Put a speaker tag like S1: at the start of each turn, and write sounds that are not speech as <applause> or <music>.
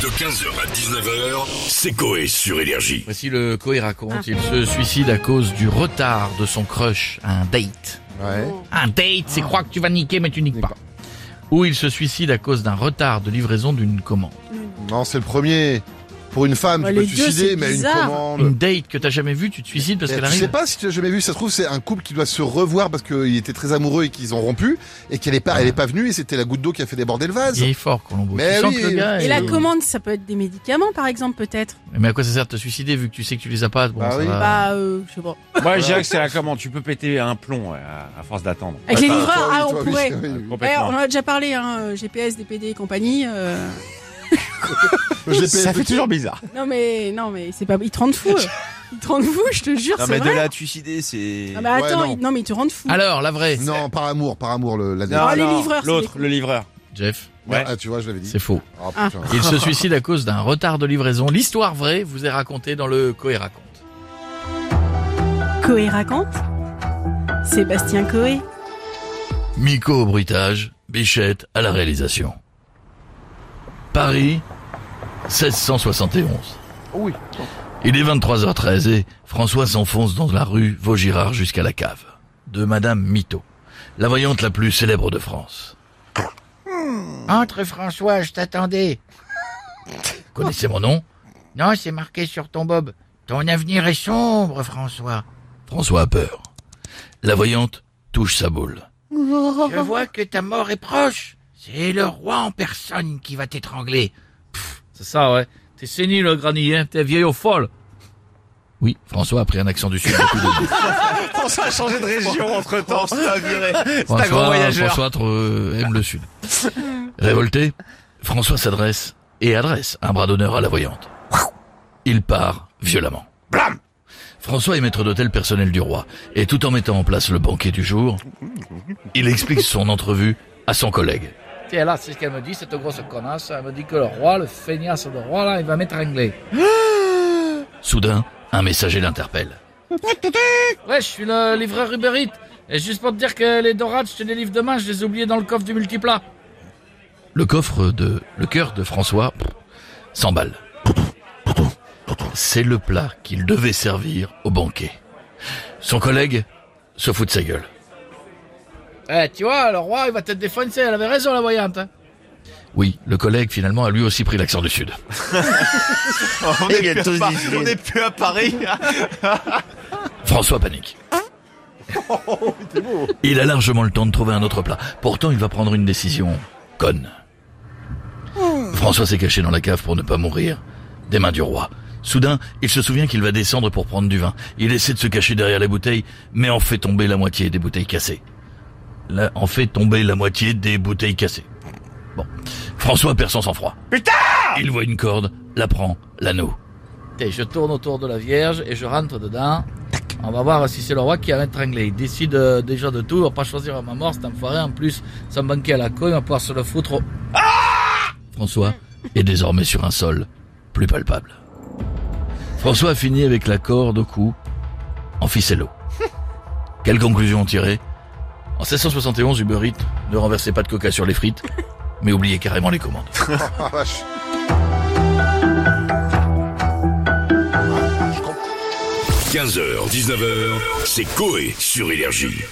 S1: De 15h à 19h, c'est Coé sur Énergie.
S2: Voici le Coé
S3: Ah.
S2: raconte, il se suicide à cause du retard de son crush à un date.
S3: Ouais.
S2: Un date,
S3: Ah.
S2: c'est croire que tu vas niquer mais tu niques pas. Ou il se suicide à cause d'un retard de livraison d'une commande.
S3: Non, c'est le premier. Pour une femme,
S4: Bah,
S3: tu peux
S4: les
S3: te
S4: deux,
S3: suicider,
S4: c'est
S3: mais une
S4: bizarre.
S2: Une
S3: commande.
S2: date que t'as jamais vue, tu te suicides parce
S3: Et
S2: qu'elle
S3: tu sais
S2: arrive.
S3: pas si tu as jamais vu, ça se trouve, c'est un couple qui doit se revoir parce qu'il était très amoureux et qu'ils ont rompu et qu'elle est pas, elle est pas venue et c'était la goutte d'eau qui a fait déborder le vase.
S2: Il est fort, Colombo.
S3: Mais
S2: tu sens
S3: oui.
S2: que le gars
S4: Et
S2: est-
S4: la commande, ça peut être des médicaments, par exemple, peut-être.
S2: Mais à quoi ça sert de te suicider vu que tu sais que tu les as pas bon,
S3: Bah
S2: ça
S3: oui.
S2: va.
S5: Ah.
S4: Bah, euh, je sais pas.
S6: Moi, je dirais que c'est la commande. Tu peux péter un plomb ouais, à, à force d'attendre. Euh,
S4: Avec
S3: Ah,
S4: les
S3: toi,
S4: livreurs,
S3: oui,
S4: ah,
S3: toi,
S4: on
S3: oui,
S4: pourrait.
S3: oui, oui.
S4: Ouais, on
S6: Complètement.
S4: en a déjà parlé, hein, euh, GPS, DPD et compagnie. euh. E
S3: Je l'ai
S6: Ça
S3: payé
S6: fait toujours bizarre.
S4: Non mais, non mais, c'est pas, ils te rendent fou. eux. Ils te rendent fou, je te jure,
S7: Non
S4: c'est
S7: mais de
S4: vrai.
S7: là à te suicider c'est...
S4: Ah bah
S3: Ouais,
S4: attends,
S3: non.
S4: ils- non mais ils te rendent fou.
S2: Alors, la vraie.
S3: petit- Non, par amour, par amour, le, la
S4: Non,
S3: dernière.
S4: oh, les livreurs, c'est
S6: L'autre,
S4: des- <laughs>
S6: le livreur.
S2: Jeff,
S6: Ouais.
S3: Ah, tu vois, je l'avais dit.
S2: c'est faux.
S3: Oh,
S4: Ah.
S3: putain.
S2: Il se suicide à cause d'un retard de livraison. L'histoire vraie vous est racontée dans le Coé raconte.
S4: Coé raconte. Sébastien Coé.
S2: Miko au bruitage, Bichette à la réalisation. Paris, 1671.
S3: Oui.
S2: Il est 23h13 et François s'enfonce dans la rue Vaugirard jusqu'à la cave de Madame Mito, la voyante la plus célèbre de France.
S5: Entre François, je t'attendais.
S2: Connaissez mon nom
S5: Non, c'est marqué sur ton bob. Ton avenir est sombre, François.
S2: François a peur. La voyante touche sa boule.
S5: Je vois que ta mort est proche. C'est le roi en personne qui va t'étrangler.
S2: C'est ça, ouais. T'es sénile, le granny, hein T'es vieille au folle. Oui, François a pris un accent du sud depuis le début.
S6: François a changé de région entre temps. C'est
S2: François, François trop, euh, aime le Sud. Révolté, François s'adresse et adresse un bras d'honneur à la voyante. Il part violemment. Blam François est maître d'hôtel personnel du roi, et tout en mettant en place le banquet du jour, il explique son entrevue à son collègue.
S5: Tiens, là, c'est ce qu'elle me dit, cette grosse connasse. Elle me dit que le roi, le feignasse de roi, là, il va m'étrangler.
S2: Soudain, un messager l'interpelle.
S5: Ouais, je suis le livreur Uber Eats. Et juste pour te dire que les dorades, je te les livre demain, je les ai oubliées dans le coffre du multiplat.
S2: Le coffre de, le cœur de François pff, s'emballe. C'est le plat qu'il devait servir au banquet. Son collègue se fout de sa gueule.
S5: Eh, tu vois, le roi, il va te défoncer. Elle avait raison, la voyante. hein.
S2: Oui, le collègue finalement a lui aussi pris l'accent du Sud.
S7: on, est plus à Paris, on est plus à Paris
S2: François panique. Il a largement le temps de trouver un autre plat. Pourtant, il va prendre une décision conne. François s'est caché dans la cave pour ne pas mourir des mains du roi. Soudain, il se souvient qu'il va descendre pour prendre du vin. Il essaie de se cacher derrière les bouteilles, mais en fait tomber la moitié des bouteilles cassées. Là, en fait tomber la moitié des bouteilles cassées. Bon. François perd son sang-froid. Putain! Il voit une corde, la prend, l'anneau.
S5: Et je tourne autour de la Vierge et je rentre dedans. On va voir si c'est le roi qui a m'étranglé. Il décide euh, déjà de tout, on va pas choisir à ma mort, cet enfoiré. En plus, son banquet à la con, il va pouvoir se le foutre. au-
S2: Ah François est désormais sur un sol plus palpable. François finit avec la corde au cou en ficello. Quelle conclusion en tirer En 1671, Uber Eats ne renversait pas de coca sur les frites, mais oubliait carrément les commandes.
S3: Ah, vache. Je comprends.
S1: 15h, 19h, c'est Coé sur Énergie.